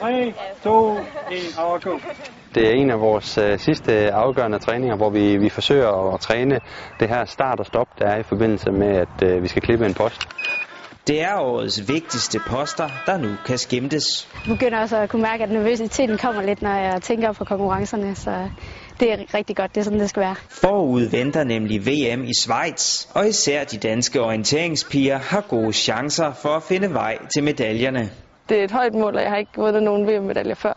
3, 2, 1, og go. Det er en af vores øh, sidste afgørende træninger, hvor vi, vi forsøger at træne det her start og stop, der er i forbindelse med, at øh, vi skal klippe en post. Det er årets vigtigste poster, der nu kan skimtes. Jeg begynder også at kunne mærke, at nervøsiteten kommer lidt, når jeg tænker på konkurrencerne, så det er rigtig godt, det er sådan, det skal være. Forud venter nemlig VM i Schweiz, og især de danske orienteringspiger har gode chancer for at finde vej til medaljerne. Det er et højt mål, og jeg har ikke vundet nogen VM-medaljer før.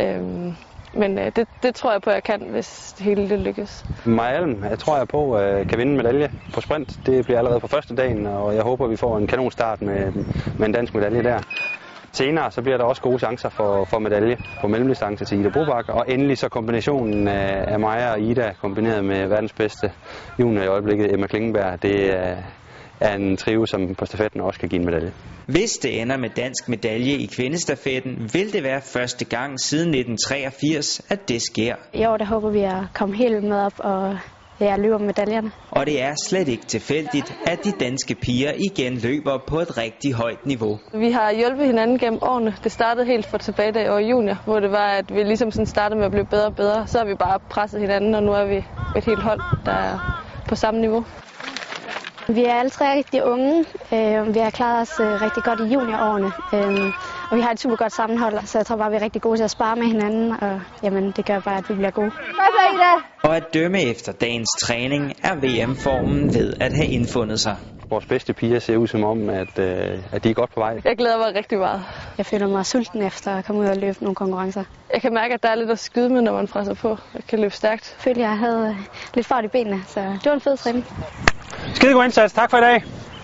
Øhm, men øh, det, det tror jeg på, at jeg kan, hvis det hele det lykkes. Maja Alm, jeg tror jeg på, øh, kan vinde en medalje på sprint. Det bliver allerede på første dagen, og jeg håber, vi får en kanonstart med, med en dansk medalje der. Senere så bliver der også gode chancer for, for medalje på mellemdistance til Ida Brobak, og endelig så kombinationen af, af Maja og Ida kombineret med verdens bedste junior i øjeblikket, Emma Klingenberg, det er, er en trio, som på stafetten også kan give en medalje. Hvis det ender med dansk medalje i kvindestafetten, vil det være første gang siden 1983, at det sker. I år der håber vi at komme helt med op og ja, løbe om medaljerne. Og det er slet ikke tilfældigt, at de danske piger igen løber på et rigtig højt niveau. Vi har hjulpet hinanden gennem årene. Det startede helt for tilbage da jeg var junior, hvor det var, at vi ligesom sådan startede med at blive bedre og bedre. Så har vi bare presset hinanden, og nu er vi et helt hold, der er på samme niveau. Vi er alle tre rigtig unge, øh, vi har klaret os øh, rigtig godt i juniorårene, øh, og vi har et super godt sammenhold, så jeg tror bare, vi er rigtig gode til at spare med hinanden, og jamen, det gør bare, at vi bliver gode. Hvad så, Ida? Og at dømme efter dagens træning er VM-formen ved at have indfundet sig. Vores bedste piger ser ud som om, at, øh, at de er godt på vej. Jeg glæder mig rigtig meget. Jeg føler mig sulten efter at komme ud og løbe nogle konkurrencer. Jeg kan mærke, at der er lidt at skyde med, når man presser på. Jeg kan løbe stærkt. Jeg følte, jeg havde øh, lidt fart i benene, så det var en fed træning. Skide god indsats. Tak for i dag.